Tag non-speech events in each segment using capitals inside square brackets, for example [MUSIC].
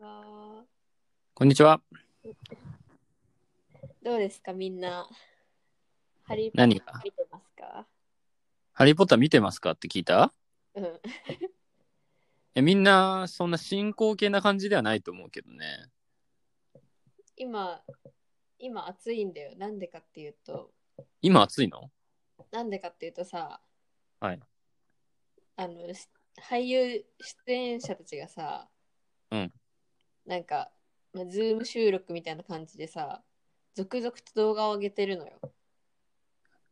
はこんにちは。どうですか、みんな。ハリーポッ何タがー見てますかハリー・ポッター見てますかって聞いたうん。えみんな、そんな進行形な感じではないと思うけどね。今、今暑いんだよ。なんでかっていうと、今暑いのなんでかっていうとさ、はい。あの、し俳優出演者たちがさ、うん。なんか、まあ、ズーム収録みたいな感じでさ、続々と動画を上げてるのよ。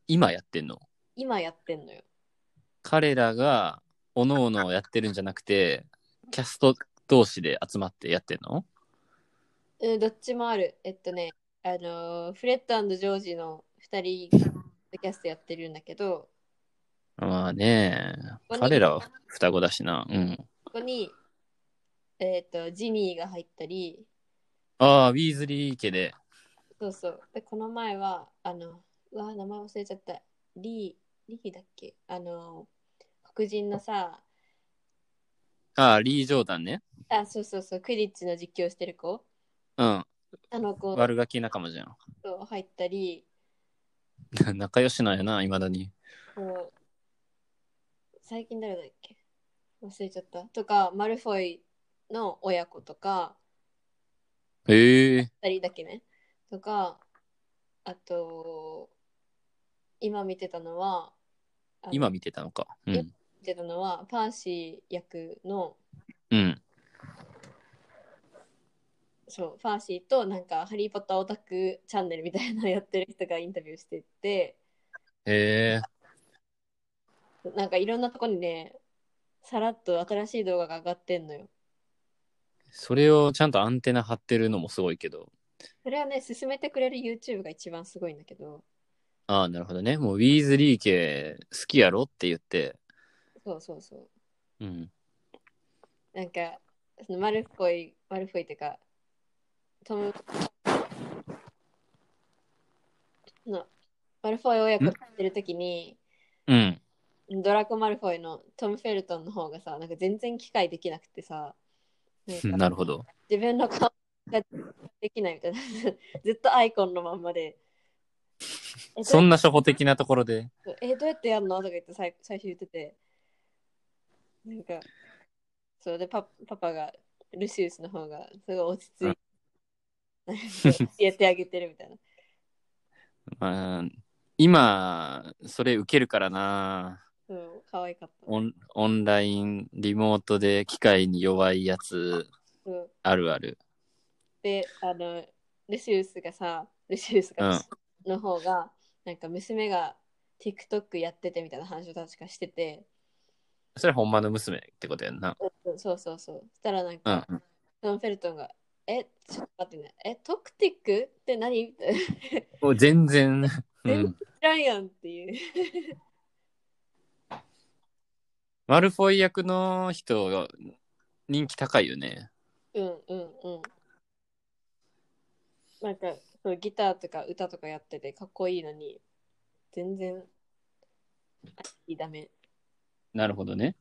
今やってんの今やってんのよ。彼らが、おのおのやってるんじゃなくて、キャスト同士で集まってやってんのうん、どっちもある。えっとね、あのーフレッドジョージの2人でキャストやってるんだけど、まあね、彼らは双子だしな。うん。ここに、えっと、ジニーが入ったり、ああ、ウィーズリー家で。そうそう。で、この前は、あの、うわ、名前忘れちゃった。リー、リーだっけあのー黒人のさ、ああ、リー・ジョーダンね。あ、そうそうそう、クリッチの実況してる子、うん。あの子悪ガキ仲間じゃと入ったり、ん。 [LAUGHS] 仲良しなんやな、いまだに。こう最近誰だっけ忘れちゃった。とか、マルフォイの親子とか、ええ二人だけね。とか、あと、今見てたのは、あの今見てたのか。うん。見てたのは、パーシー役の、うん。そう、パーシーと、なんか、ハリー・ポッターオタクチャンネルみたいなのやってる人がインタビューしてて、ええなんかいろんなとこにね、さらっと新しい動画が上がってんのよ。それをちゃんとアンテナ張ってるのもすごいけど。それはね、進めてくれる YouTube が一番すごいんだけど、ああ、なるほどね。もうウィーズリー家好きやろって言って。そうそうそう。うん。なんか、そのマルフォイ、マルフォイっていうか、トム、のマルフォイ親子やってる時に、うん。ドラコ・マルフォイのトム・フェルトンの方がさ、なんか全然機会できなくてさ、なんか [LAUGHS] なるほど。自分の顔ができないみたい [LAUGHS] な、ずっとアイコンのまんま [LAUGHS] で。えそんな初歩的なところで。えどうやってやるのとか言って最最初言っててなんかそうでパパパがルシウスの方がすごい落ち着いて、 [LAUGHS] なんか教えてあげてるみたいなまあ、今、それ受けるからな。そう可愛かったオンオンライン、リモートで機械に弱いやつ、そうあるある。であのルシウスがさルシウスが、の方がなんか娘が TikTok やっててみたいな話を確かしててそれほんまの娘ってことやんな。うんそうそうそうそしたらなんうか、ん。トム・フェルトンが「えちょっと待ってねえトクティックって何?」ってもう全然。う全然ん。知らんやんっていうマルフォイ役の人、人気高いよね。うんうんうん。なんかそうギターとか歌とかやっててかっこいいのに全然あいいダメっなるほどね。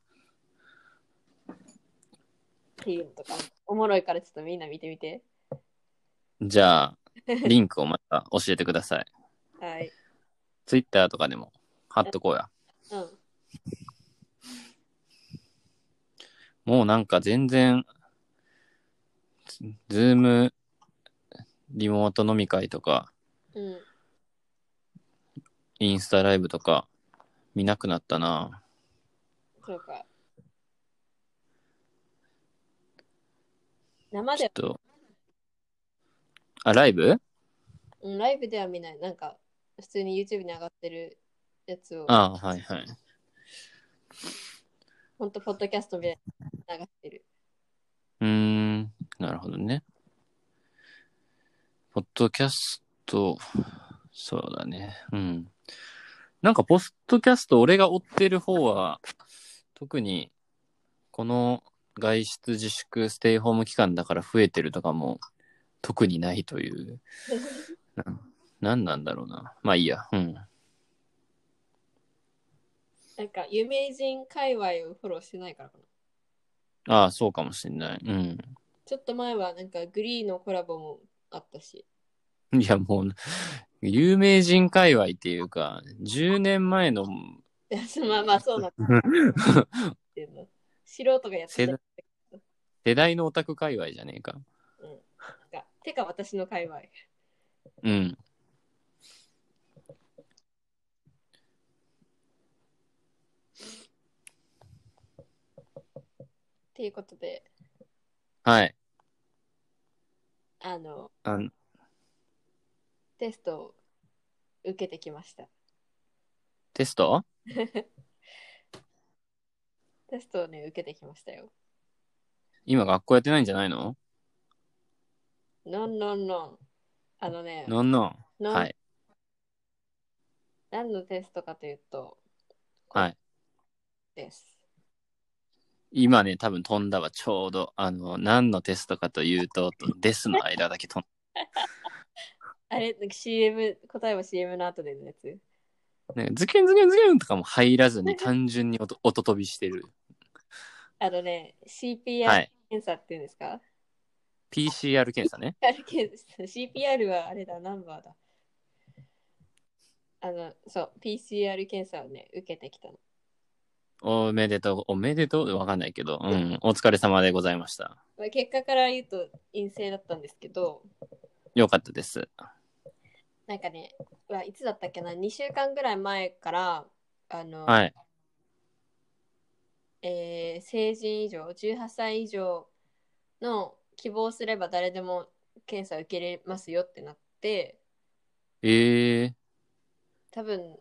ていうのとかおもろいからちょっとみんな見てみて。じゃあ、リンクをまた教えてください。はい。ツイッターとかでも貼っとこうや。うん。もうなんか全然、ズズーム、リモート飲み会とか、うん。インスタライブとか、見なくなったな。そうか。生ちょでっと。あ、ライブうんライブでは見ない。なんか普通に YouTube に上がってるやつをあはいはい。ほんとポッドキャストみたいに流してる。うーん、なるほどね。ポッドキャスト、そうだね。うん。なんか、ポッドキャスト、俺が追ってる方は、特に、この外出自粛、ステイホーム期間だから増えてるとかも、特にないという。ななんなんだろうな。まあいいや。うん。なんか有名人界隈をフォローしてないからかな。ああ、そうかもしれない。うん。ちょっと前はなんかグリーのコラボもあったし。 [LAUGHS] いや、もう、有名人界隈っていうか、10年前のいやまあまあそうなんだっていうの素人がやって世 [LAUGHS] た代世代のオタク界隈じゃねえか。か。てか私の界隈。うん。っていうことで、はい。あの、あんテストを受けてきました。テストテストをね、受けてきましたよ。今学校やってないんじゃないのノンノンノン。あのね、のんのん。ノンはい。何のテストかというと、はい。です。今ね、多分飛んだわ。ちょうど、あの、何のテストかというと、とですの間だけ飛んあれ、なんか CM、答えは CM の後でのやつ。 [LAUGHS] だ。ね、ズキュンズキュンズキュンとかも入らずに単純に音音飛びしてる。あのね、CPR、はい。検査っていうんですか PCR 検査ね。あるけど CPR はあれだ、ナンバーだ。あの、そう、PCR 検査をね、受けてきたの。おめでとう、おめでとうわかんないけど、うん、お疲れ様でございました。まあ、結果から言うと陰性だったんですけど、よかったです。なんかね、うわいつだったっけな、2週間ぐらい前から、あの、はい。えー成人以上、18歳以上の希望すれば誰でも検査受けれますよってなって、ええ多分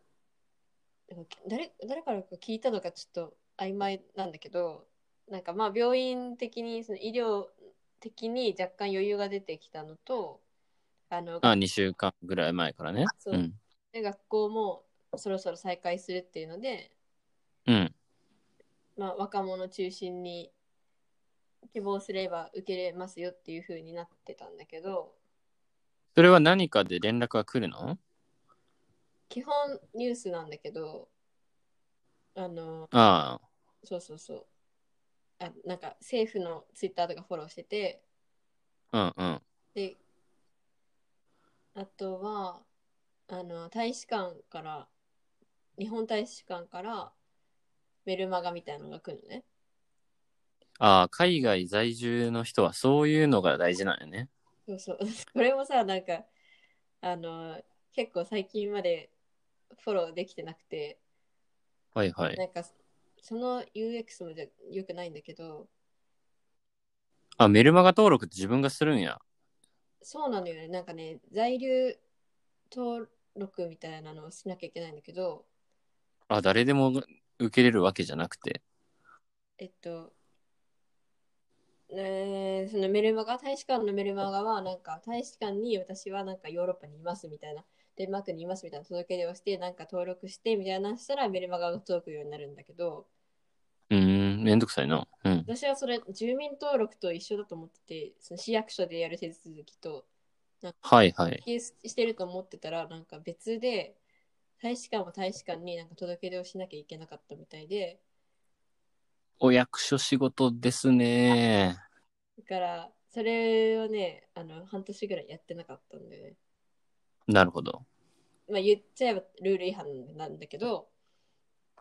なんか誰誰からか聞いたのかちょっと曖昧なんだけどなんかまあ病院的にその医療的に若干余裕が出てきたのとあのあ、2週間ぐらい前からね。。そううんで学校もそろそろ再開するっていうので、うん。まあ、若者中心に希望すれば受けれますよっていう風になってたんだけどそれは何かで連絡が来るの基本ニュースなんだけどあのああ、そうそうそうあなんか政府のツイッターとかフォローしててうんうん。で、あとは、あの、大使館から、日本大使館からメルマガみたいなのが来るのね。ああ、海外在住の人はそういうのが大事なんよね。そうそう。 [LAUGHS] これもさ、なんか、あの、結構最近までフォローできてなくて、はいはい。なんか、その UX もじゃ良くないんだけど、あ、メルマガ登録って自分がするんや。そうなのよね。なんかね、在留登録みたいなのをしなきゃいけないんだけど、あ、誰でも受けれるわけじゃなくて。えっと、えーそのメルマガ、大使館のメルマガは、なんか、大使館に私はなんかヨーロッパにいますみたいな、デンマークにいますみたいな届け出をして、なんか登録してみたいなのしたらメルマガが届くようになるんだけど、うーん、めんどくさいな。うん。私はそれ、住民登録と一緒だと思ってて、その市役所でやる手続きと、はいはい。提出してると思ってたら、なんか別で、大使館は大使館になんか届け出をしなきゃいけなかったみたいで、お役所仕事ですね。だから、それをね、あの、半年ぐらいやってなかったんでね。なるほど。まあ、言っちゃえばルール違反なんだけど、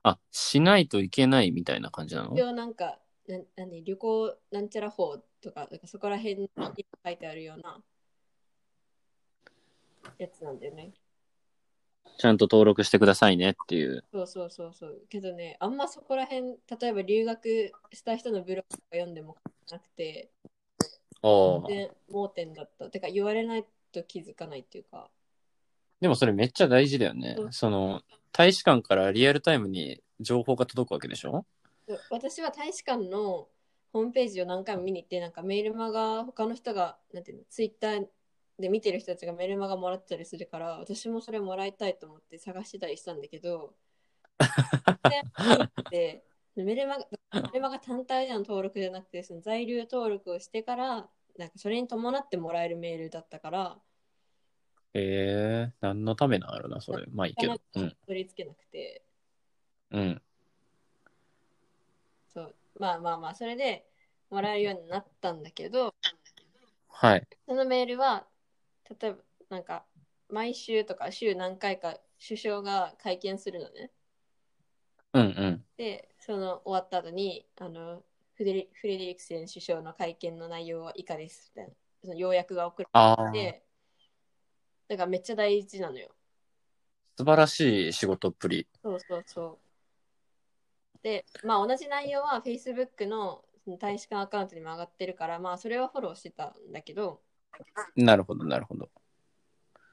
あ、しないといけないみたいな感じなの一応なんか、な何旅行なんちゃら法とか、なんかそこら辺に書いてあるようなやつなんだよね。ちゃんと登録してくださいねっていう。そうそうそうそう。けどね、あんまそこら辺、例えば留学した人のブログとか読んでもなくて、あ全あ。然盲点だった。てか言われないと気づかないっていうか。でもそれめっちゃ大事だよねう。んその、大使館からリアルタイムに情報が届くわけでしょ私は大使館のホームページを何回も見に行ってなんかメールマガ他の人がなんていうのツイッターで見てる人たちがメールマガもらってたりするから私もそれもらいたいと思って探してたりしたんだけどでメールマガメールマガ単体での登録じゃなくてその在留登録をしてからなんかそれに伴ってもらえるメールだったからええ何のためなんやろな、それ。まあいいけなどか。うなんか。取り付けなくて。うん。そうまあまあまあそれでもらえるようになったんだけど、はい。そのメールは、例えば、なんか、毎週とか週何回か首相が会見するのね。うんうん。で、その終わった後に、あの、フレリフレデリクセン首相の会見の内容は以下です、みたいな。その要約が送あられ、あて、だからめっちゃ大事なのよ。素晴らしい仕事っぷり。そうそうそう。で、まあ同じ内容は Facebook のその大使館アカウントにも上がってるから、まあそれはフォローしてたんだけど、なるほど、なるほど。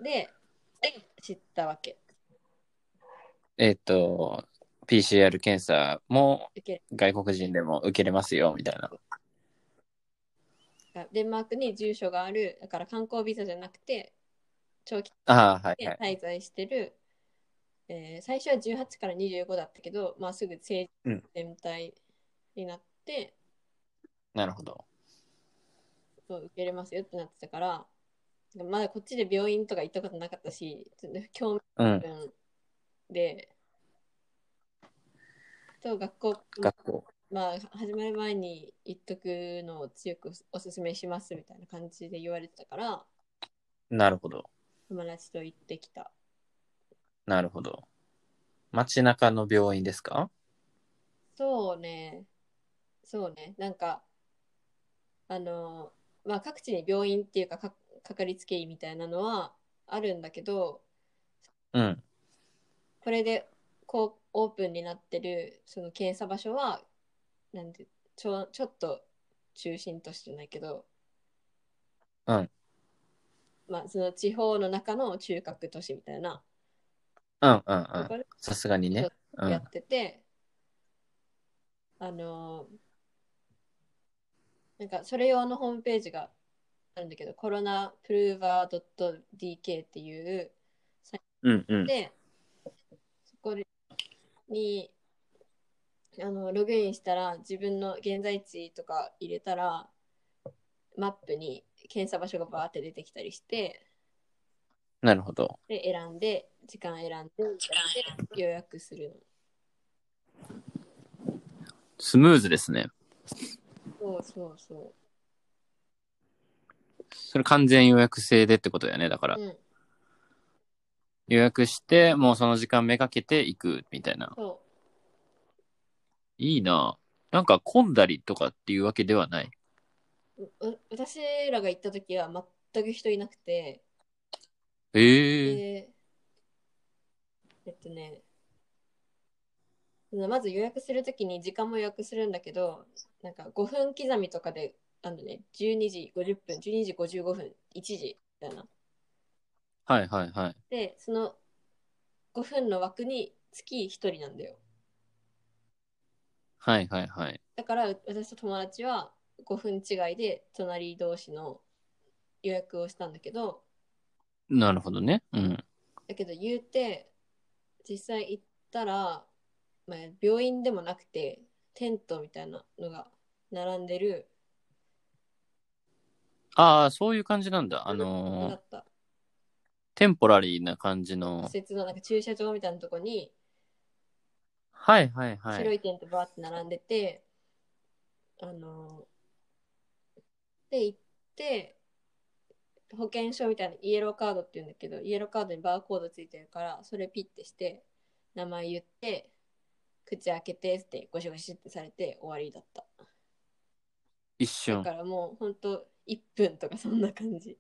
で、知ったわけ。えっ、と、PCR 検査も受ける外国人でも受けれますよ、みたいな。デンマークに住所がある、だから観光ビザじゃなくて、長期ああ、はいはでい。滞在してる、えー最初は18から25だったけど、まあすぐ政治全体になって、なるほど。そう受けれますよってなってたから、まだこっちで病院とか行ったことなかったし、ちょっと興味うん。うんで、と学校、学校。まあ、始まる前に言っとくのを強くおすすめしますみたいな感じで言われてたから、なるほど。友達と行ってきた。なるほど。街中の病院ですかそうね、そうね、なんか、あの、まあ、各地に病院っていうか、かかかりつけ医みたいなのはあるんだけど、うん。これでこうオープンになってるその検査場所はなんてちょちょっと中心都市じゃないけど、うんまあ、その地方の中の中核都市みたいなうんうんうとこん。ろさすがにね。うやんっ。てて、あのーなんかそれ用のホームページがあるんだけどコロナプルーバー .dk っていううんうん。で、そこにあのログインしたら自分の現在地とか入れたらマップに検査場所がバーって出てきたりしてなるほど。で選んで時間選んでで予約するスムーズですね。のそうそうそそれ完全予約制でってことだよね。だからう、う、ん、予約して、もうその時間めがけて行くみたいな。そいいななんか混んだりとかっていうわけではない。ううう私らが行った時は全く人いなくて、ええでえっとねそのまず予約するときに時間も予約するんだけどなんか5分刻みとかであのね12時50分12時55分1時みたいなはいはいはい。でその5分の枠に月1人なんだよはいはいはい。だから私と友達は5分違いで隣同士の予約をしたんだけどなるほどね。うん。だけど言うて実際行ったら、まあ、病院でもなくてテントみたいなのが並んでるああ、そういう感じなんだ。あだのーったテンポラリーな感じの施。設のなんか駐車場みたいなとこにはいはいは白い。いテントバーって並んでて、あので行って保険証みたいなイエローカードって言うんだけどイエローカードにバーコードついてるからそれピッてして名前言って口開けてってゴシゴシってされて終わりだった。一だ瞬か。らもうほんと1分とかそんな感じ。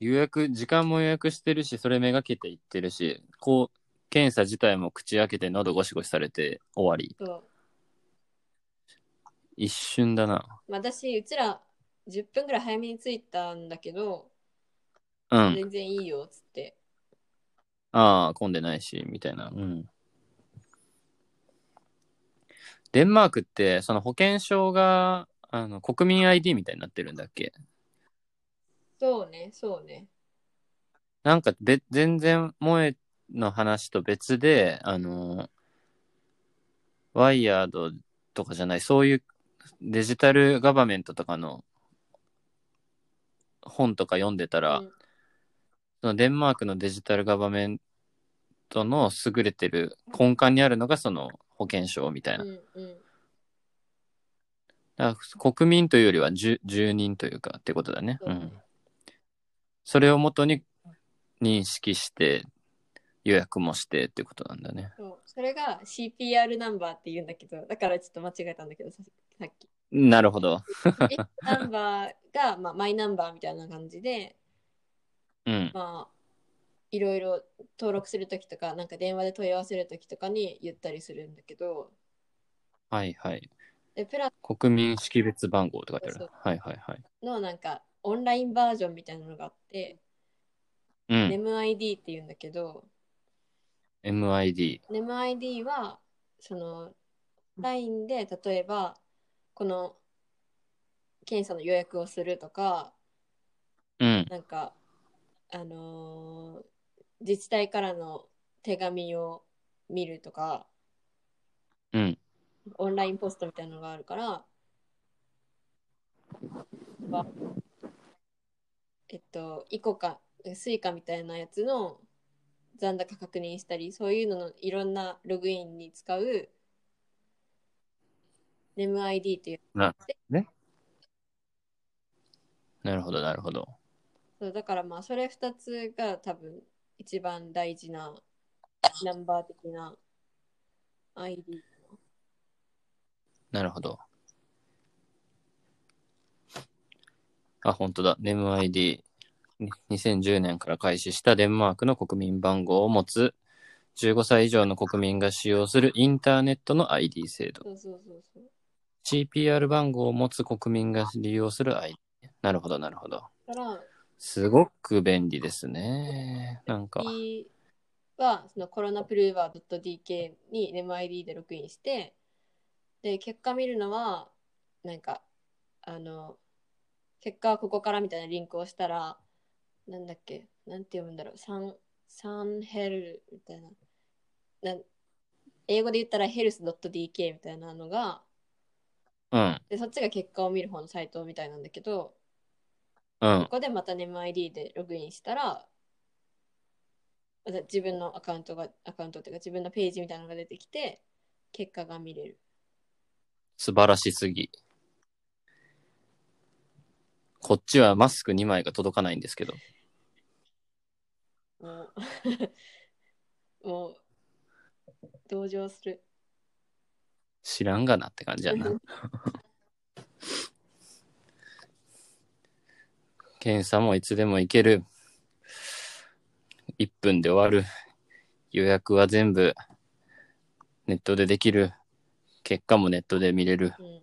予約、時間も予約してるし、それめがけて行ってるし、こう、検査自体も口開けて喉ゴシゴシされて終わり。そう一瞬だな。まあ、私うちら10分ぐらい早めに着いたんだけど、うん。全然いいよっつってああ、混んでないし、みたいな。うん。デンマークって、その保険証が、あの、国民 ID みたいになってるんだっけそうねそうねなんかべ、全然、萌えの話と別で、あの、ワイヤードとかじゃない、そういうデジタルガバメントとかの本とか読んでたら、うんそのデンマークのデジタルガバメントの優れてる根幹にあるのがその保険証みたいな。うんうんだから国民というよりは住住人というかってことだね。ううんん。それをもとに認識して、予約もしてってことなんだね。そうそれが CPR ナンバーって言うんだけどだからちょっと間違えたんだけどささっき [LAUGHS] なるほど。 CPR ナンバーが、まあ、マイナンバーみたいな感じでうん。まあいろいろ登録するときとかなんか電話で問い合わせるときとかに言ったりするんだけどはいはい。でプラ国民識別番号って書いてあそうる。はいはいはい。スのなんかオンラインバージョンみたいなのがあって、うん NEMID って言うんだけど MID。 NEMID はその LINE で例えばこの検査の予約をするとかうん。なんかあのー自治体からの手紙を見るとかうん。オンラインポストみたいなのがあるからはえっとイコカスイカみたいなやつの残高確認したりそういうののいろんなログインに使う NEMID っていうなるほどなるほど。そうだからまあそれ2つが多分一番大事なナンバー的な ID なるほど。あ、本当だ。ネム ID。2010年から開始したデンマークの国民番号を持つ15歳以上の国民が使用するインターネットの ID 制度。そうそうそうそう CPR 番号を持つ国民が利用する ID。なるほど、なるほど。だからすごく便利ですね。なんか。 B はそのコロナプルーバー .dk に NMID でログインしてで結果見るのはなんかあの結果はここからみたいなリンクを押したらなんだっけなんて読むんだろうサンサンヘルみたいななん英語で言ったらヘルス .dk みたいなのがうん、でそっちが結果を見る方のサイトみたいなんだけどうこん。こでまた NMID でログインしたら、また自分のアカウントが、アカウントっていうか自分のページみたいなのが出てきて、結果が見れる。素晴らしすぎ。こっちはマスク2枚が届かないんですけど。もう、 [LAUGHS] もう、同情する。知らんがなって感じやな。 [LAUGHS] 検査もいつでも行ける。1分で終わる。予約は全部ネットでできる。結果もネットで見れる。うん。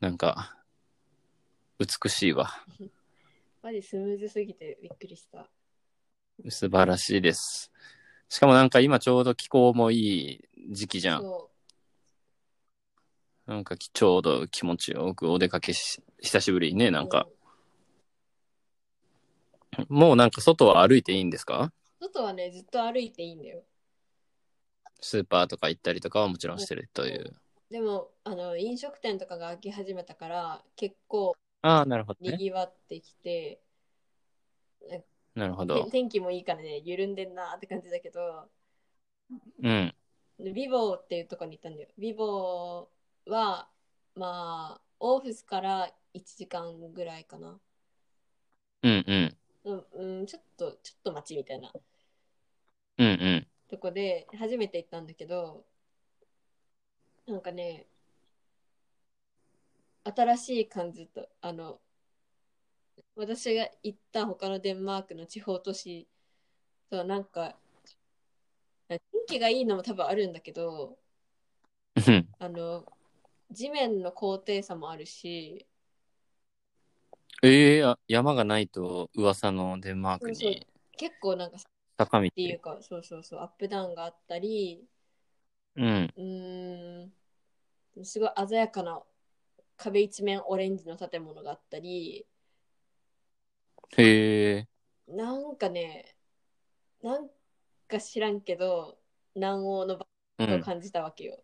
なんか、美しいわ。マジスムーズすぎてびっくりした。素晴らしいです。しかもなんか今ちょうど気候もいい時期じゃん。そなんかきちょうど気持ちよくお出かけし、久しぶりにね、う。なんかう。もうなんか外は歩いていいんですか外はね、ずっと歩いていいんだよ。スーパーとか行ったりとかはもちろんしてるという。でも、あの、飲食店とかが開き始めたから、結構ああ、なるほどにね。ぎわってきて、なるほてど。天気もいいからね、緩んでんなーって感じだけど、うん。でビボーっていうとこに行ったんだよ。ビボーは、まあ、オーフスから1時間ぐらいかな。うんうん。うん、うん、ちょっと、ちょっと街みたいなうんうん。とこで、初めて行ったんだけど、なんかね、新しい感じと、あの、私が行った他のデンマークの地方都市とはなんか、天気がいいのも多分あるんだけど、うんあの、地面の高低差もあるし、ええあ山がないと噂のデンマークそうそうに結構なんかっ坂道。ていうか、そうそうそう、アップダウンがあったり、うん。うーん、すごい鮮やかな壁一面オレンジの建物があったり、へえ。なんかね、なんか知らんけど、南欧のバうイブをん。感じたわけよ。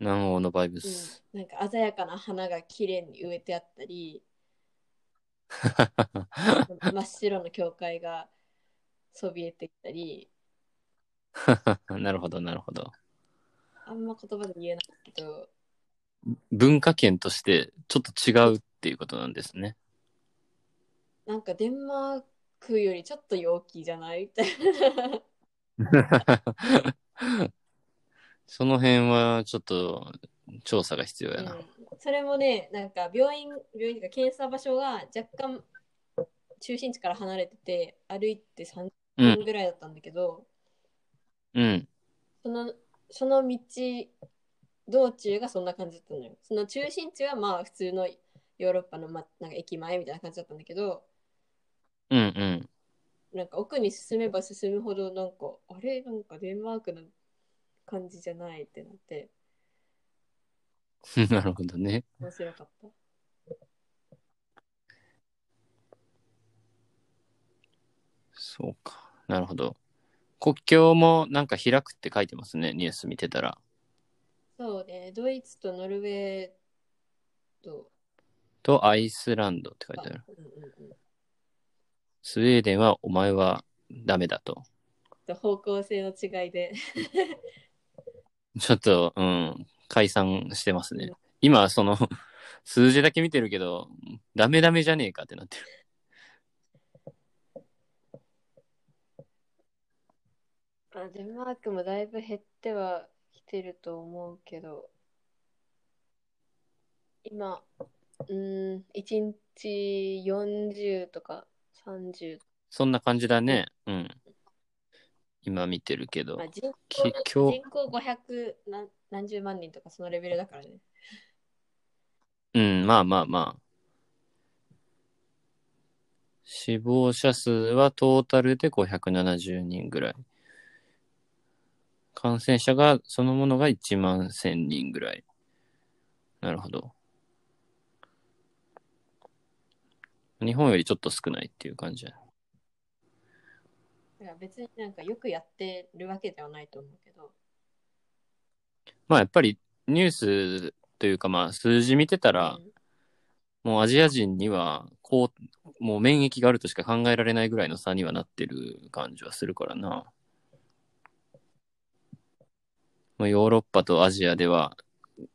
南欧のバイブうんス。なんか鮮やかな花が綺麗に植えてあった [LAUGHS] り、真っ白の教会がそびえてきたり、 [LAUGHS] なるほど、なるほど。あんま言葉で言えないけど、文化圏としてちょっと違うっていうことなんで [LAUGHS] すね。 [LAUGHS] なんかデンマークよりちょっと陽気じゃないみたいな。その辺はちょっと調査が必要やな。うんそれもね、なんか病院、病院というか検査場所が若干中心地から離れてて、歩いて30うん、分ぐらいだったんだけど、うん、そのその道道中がそんな感じだったのよその中心地はまあ普通のヨーロッパの、ま、なんか駅前みたいな感じだったんだけどうん、うん。 [LAUGHS] なんか奥に進めば進むほどなんかあれなんかデンマークの感じじゃないってなってなるほどね。面白かったそうか。なるほど。国境もなんか開くって書いてますね、ニュース見てたら。そうねドイツとノルウェーとと、アイスランドって書いあてある。うんうんうんスウェーデンはお前はダメだと。と方向性の違いでちょっと、うん、解散してますね。今、その、 [LAUGHS] 数字だけ見てるけど、ダメダメじゃねえかってなってる。 [LAUGHS] あデンマークもだいぶ減ってはきてると思うけど、今、うーん、1日40とか30、そんな感じだね。うん。今見てるけどまあ、、人口き今日人、口500何何十万人とかそのレベルだからね。うん、まあまあまあ。死亡者数はトータルで570人ぐらい。感染者が、そのものが1万1000人ぐらい。なるほど。日本よりちょっと少ないっていう感じだね。だから別になんかよくやってるわけではないと思うけど、まあやっぱりニュースというかまあ数字見てたらう、んもうアジア人には、こう、もう免疫があるとしか考えられないぐらいの差にはなってる感じはするからな。まあ、ヨーロッパとアジアでは、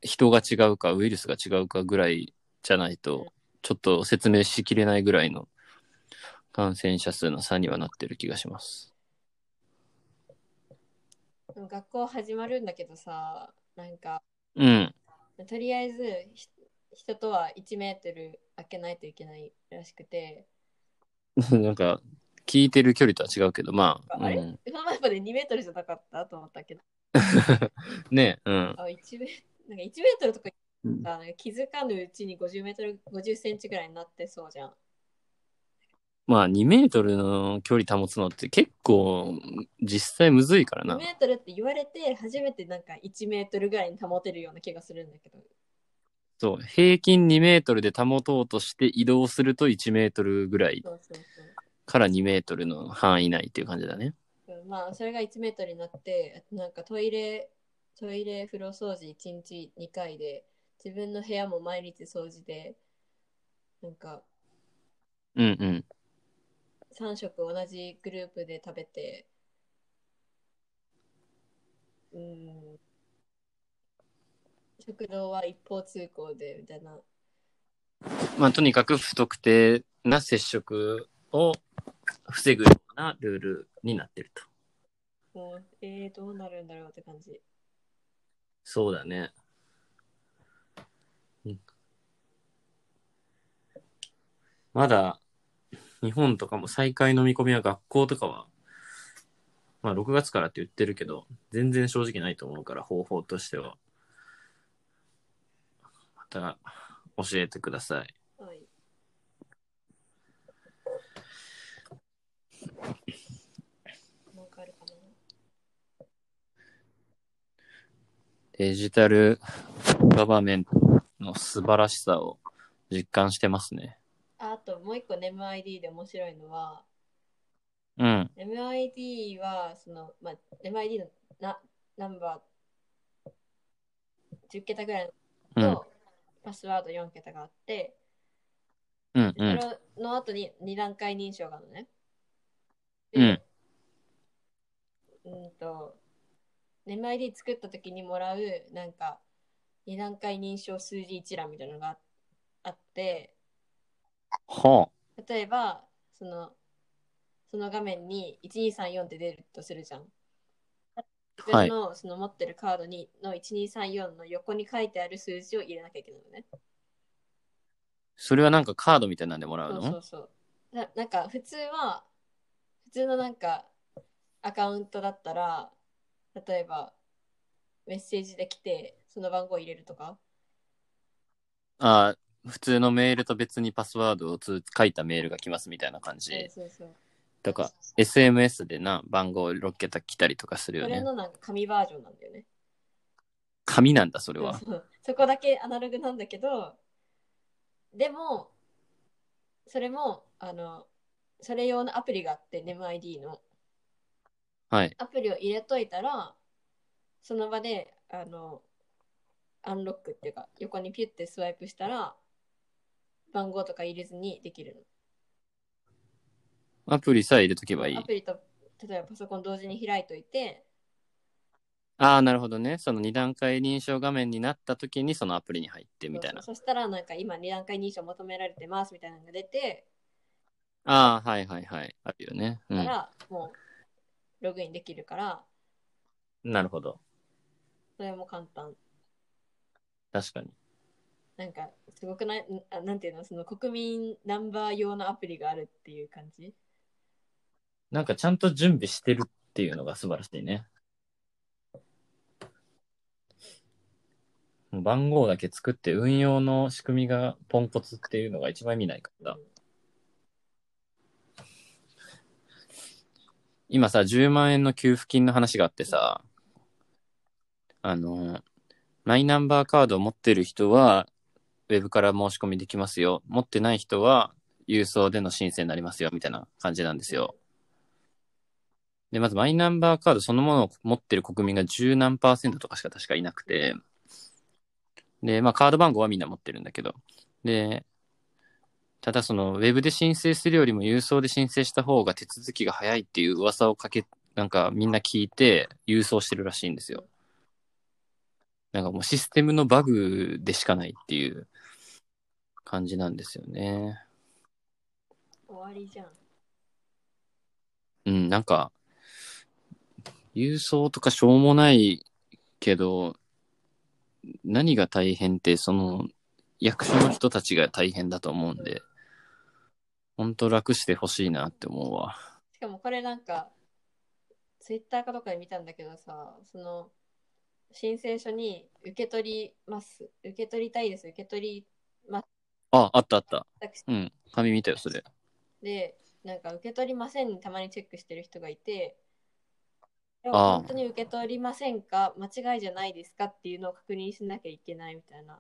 人が違うかウイルスが違うかぐらいじゃないと、ちょっと説明しきれないぐらいの感染者数の差にはなってる気がします。でも学校始まるんだけどさ、なんか、うん。 [LAUGHS] とりあえずひ人とは1メートル開けないといけないらしくて、なんか、聞いてる距離とは違うけど、まあ、あれうん、その前まで2メートルじゃなかったと思ったけど、ね、うん。あ、1メなんか1メートルとかうんあの気づかぬうちに50メートル、50センチぐらいになってそうじゃん。まあ2メートルの距離保つのって結構実際むずいから2な。メートルって言われて、初めてなんか1メートルぐらいに保てるような気がするんだけど。そう、平均2メートルで保とうとして移動すると1メートルぐらいそうそうから2メートルの範囲内っていう感じだね。そう。まあ、それが1メートルになって、なんかトイレ、トイレ、風呂掃除1日2回で、自分の部屋も毎日掃除で、なんかうんうん。 3食同じグループで食べて、うん、食堂は一方通行でみたいな。まあとにかく不特定な接触を防ぐようなルールになってると。もう、えー、どうなるんだろうって感じ。そうだね。うんまだ日本とかも再開の見込みは学校とかは、まあ6月からって言ってるけど、全然正直ないと思うから方法としては。また教えてください。はい。なんかあるかなデジタルガバメントの素晴らしさを実感してますね。ああともう一個 NMID で面白いのは、うん。 MID は、その、まあ、MID のなナンバー10桁ぐらいうのん。と、パスワード4桁があって、うん。そうん。れの後に2段階認証があるのね。うんで、うんと、NMID 作った時にもらう、なんか、二段階認証数字一覧みたいなのがああって、は例えば、その、その画面に1234って出るとするじゃん。自はい分のその持ってるカードにの1234の横に書いてある数字を入れなきゃいけないのね。それはなんかカードみたいなんでもらうそのうそうそう。ななんか普通は普通のなんかアカウントだったら例えばメッセージで来てその番号入れるとかあー普通のメールと別にパスワードをつ書いたメールが来ますみたいな感じ。そうそうそうだから SMS でな、番号6桁来たりとかするよそれね。のなんか紙バージョンなんだよね紙なんだ、それそうは。そうそこだけアナログなんだけどでもそれもあのそれ用のアプリがあって NEMID のはい。アプリを入れといたらその場であのアンロックっていうか横にピュッてスワイプしたら番号とか入れずにできるアプリさえ入れとけばいいのア。プリと例えばパソコン同時に開いといてああ、なるほどね。その二段階認証画面になった時にそのアプリに入ってみたいな。そうそうそしたらなんか今2段階認証求められてますみたいなのが出てああ、はいはいはい。あるよね。うかん。らもうログインできるからなるほど。それも簡単確かに。なんかすごくないんあなんていうのその国民ナンバー用のアプリがあるっていう感じなんかちゃんと準備してるっていうのが素晴らしいね。番号だけ作って運用の仕組みがポンコツっていうのが一番意味ないからだ。今さ、10万円の給付金の話があってさ、あの、マイナンバーカードを持ってる人は、ウェブから申し込みできますよ。持ってない人は、郵送での申請になりますよ、みたいな感じなんですよ。で、まずマイナンバーカードそのものを持ってる国民が十何パーセントとかしか確かいなくて、で、まあカード番号はみんな持ってるんだけど、で、ただそのウェブで申請するよりも郵送で申請した方が手続きが早いっていう噂をかけ、なんかみんな聞いて郵送してるらしいんですよ。なんかもうシステムのバグでしかないっていう感じなんですよね。終わりじゃんうん、なんか、郵送とかしょうもないけど、何が大変って、その、役所の人たちが大変だと思うんで、ほんと楽してほしいなって思うわ。しかもこれなんか、ツイッターかどっかで見たんだけどさ、その、申請書に受け取ります。受け取りたいです。受け取りあ、あったあった。たくしうん、紙見たよ、それ。て、なんか受け取りませんにたまにチェックしてる人がいて、でもああ本当に受け取りませんか間違いじゃないですかっていうのを確認しなきゃいけないみたいな。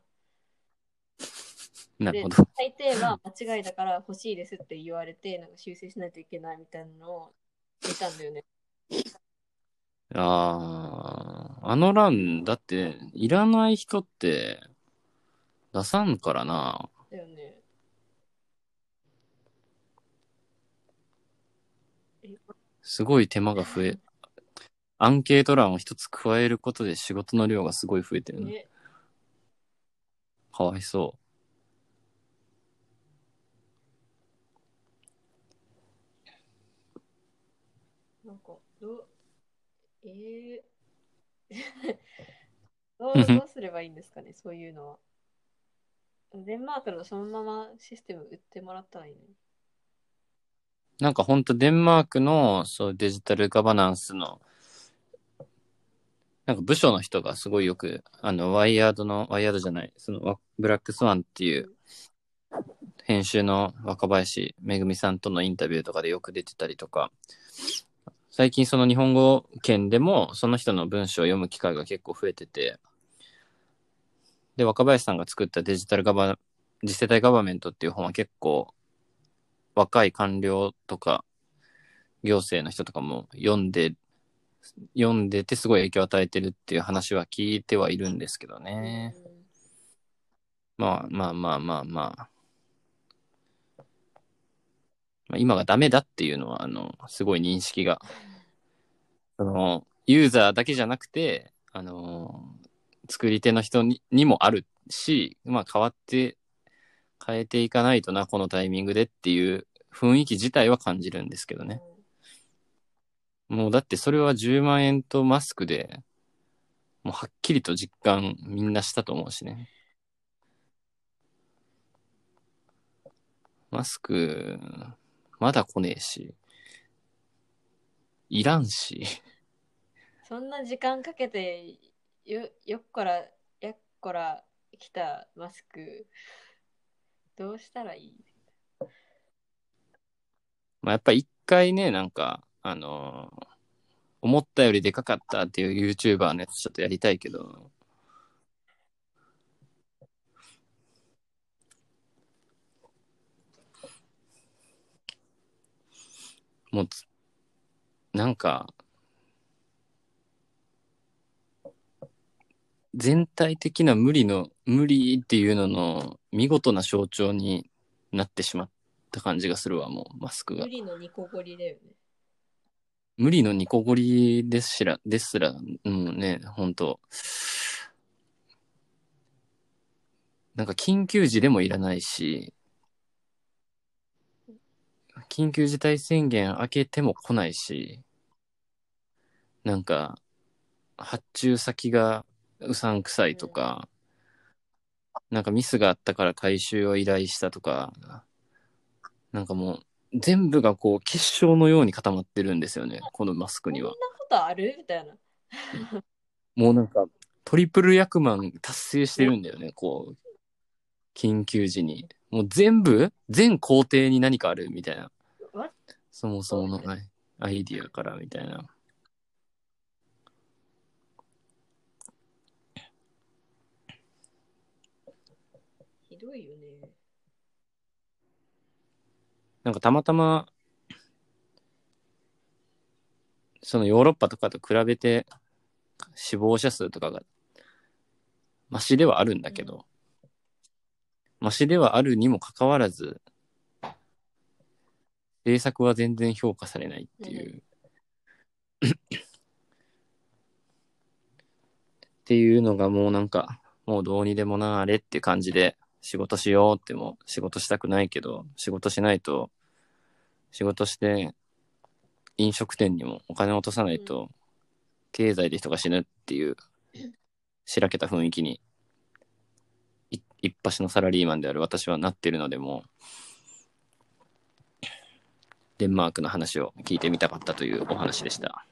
なるでほど。、大抵は間違いだから欲しいですって言われて、なんか修正しないといけないみたいなのを見たんだよね。ああ、あの欄、だって、いらない人って、出さんからな。だよね。すごい手間が増え、アンケート欄を一つ加えることで仕事の量がすごい増えてるね。ねかわいそう。なんか、どう、えー [LAUGHS] どう、どうすればいいんですかね、そういうのは。デンマークのそのままシステム売ってもらったらいいのに。なんかほんとデンマークのそうデジタルガバナンスのなんか部署の人がすごいよくあのワイヤードのワイヤードじゃないそのわブラックスワンっていう編集の若林めぐみさんとのインタビューとかでよく出てたりとか最近その日本語圏でもその人の文章を読む機会が結構増えててで若林さんが作ったデジタルガバ次世代ガバメントっていう本は結構若い官僚とか行政の人とかも読んで読んでてすごい影響を与えてるっていう話は聞いてはいるんですけどね。うんまあまあまあまあまあ。まあ、今がダメだっていうのは、あの、すごい認識が。その、ユーザーだけじゃなくて、あの、作り手の人ににもあるし、まあ変わって、変えていかないとな、このタイミングでっていう雰囲気自体は感じるんですけどね。もうだってそれは10万円とマスクで、もうはっきりと実感みんなしたと思うしね。マスク、まだ来ねえし、いらんし。そんな時間かけてよよっこらやっこら来たマスクどうしたらいいまあ、やっぱ一回ね、なんか、あのー思ったよりでかかったっていう YouTuber のやつちょっとやりたいけど、もうつ、なんか、全体的な無理の、無理っていうのの見事な象徴になってしまった感じがするわ、もう、マスクが無。理のニコゴリだよね無理のニコゴリですしら、ですら、うんね、本当なんか緊急時でもいらないし、緊急事態宣言明けても来ないし、なんか、発注先がうさんくさいとか、なんかミスがあったから回収を依頼したとか、なんかもう、全部がこう結晶のように固まってるんですよね、このマスこクんになはこ。とあるみたいなもうなんか、トリプル役満達成してるんだよね、こう、緊急時に。もう全部、全工程に何かあるみたいな。わそもそものはいアイディアからみたいな。ひどいよねなんかたまたま、そのヨーロッパとかと比べて死亡者数とかが、マシではあるんだけど、マシではあるにもかかわらず、政策は全然評価されないっていう。っていうのがもうなんか、もうどうにでもなあれって感じで、仕事しようっても仕事したくないけど、仕事しないと、仕事して飲食店にもお金を落とさないと、経済で人が死ぬっていう、しらけた雰囲気に、い一発のサラリーマンである私はなってるので、もう、デンマークの話を聞いてみたかったというお話でした。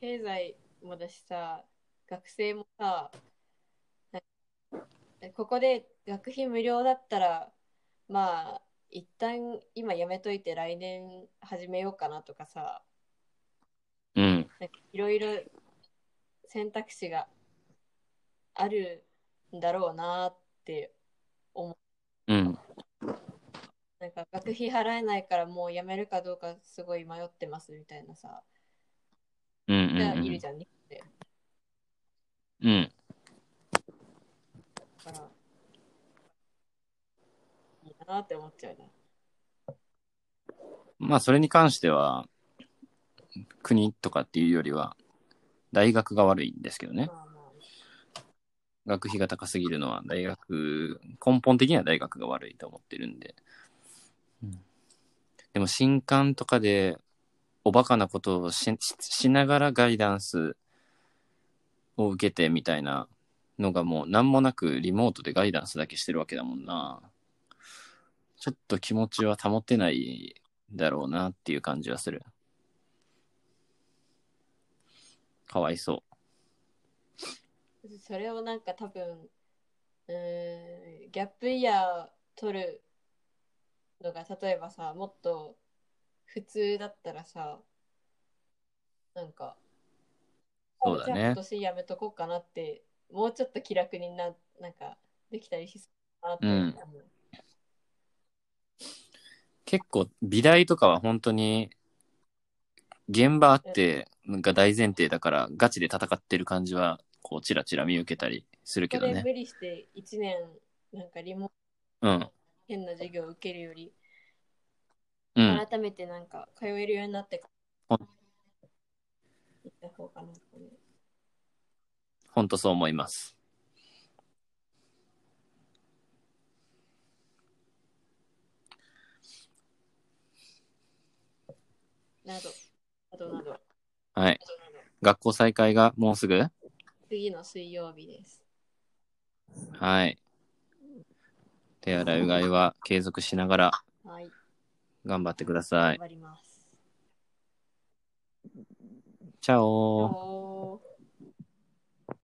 経済もだしさ学生もさなんかここで学費無料だったらまあ一旦今やめといて来年始めようかなとかさうん。なんかいろいろ選択肢があるんだろうなってうん。なんか学費払えないからもうやめるかどうかすごい迷ってますみたいなさ、うんうん、がういるん。じゃん日本でうん。だからいいなって思っちゃうな。まあ、それに関しては、国とかっていうよりは、大学が悪いんですけどね。まあまあ学費が高すぎるのは、大学、根本的には大学が悪いと思ってるんで。うんでも、新刊とかで、おバカなことをしししながらガイダンスを受けてみたいなのがもう何もなくリモートでガイダンスだけしてるわけだもんな。ちょっと気持ちは保てないだろうなっていう感じはする。かわいそう。それをなんか多分うーんギャップイヤー取るのが例えばさもっと普通だったらさなんかそうだねじゃあ今年やめとこうかなってもうちょっと気楽にななんかできたりしそうだなって思う、結構美大とかは本当に現場あってが大前提だからガチで戦ってる感じはこうチラチラ見受けたりするけそどれね。無理して1年なんかリモートうん。変な授業を受けるよりうん。改めてなんか通えるようになってからあ行った方がなんかねほんとそう思います。など、などなど。はい。学校再開がもうすぐ次の水曜日です。はい。手洗いうがいは継続しながらはい。頑張ってくださ頑い。張ります。チャオおー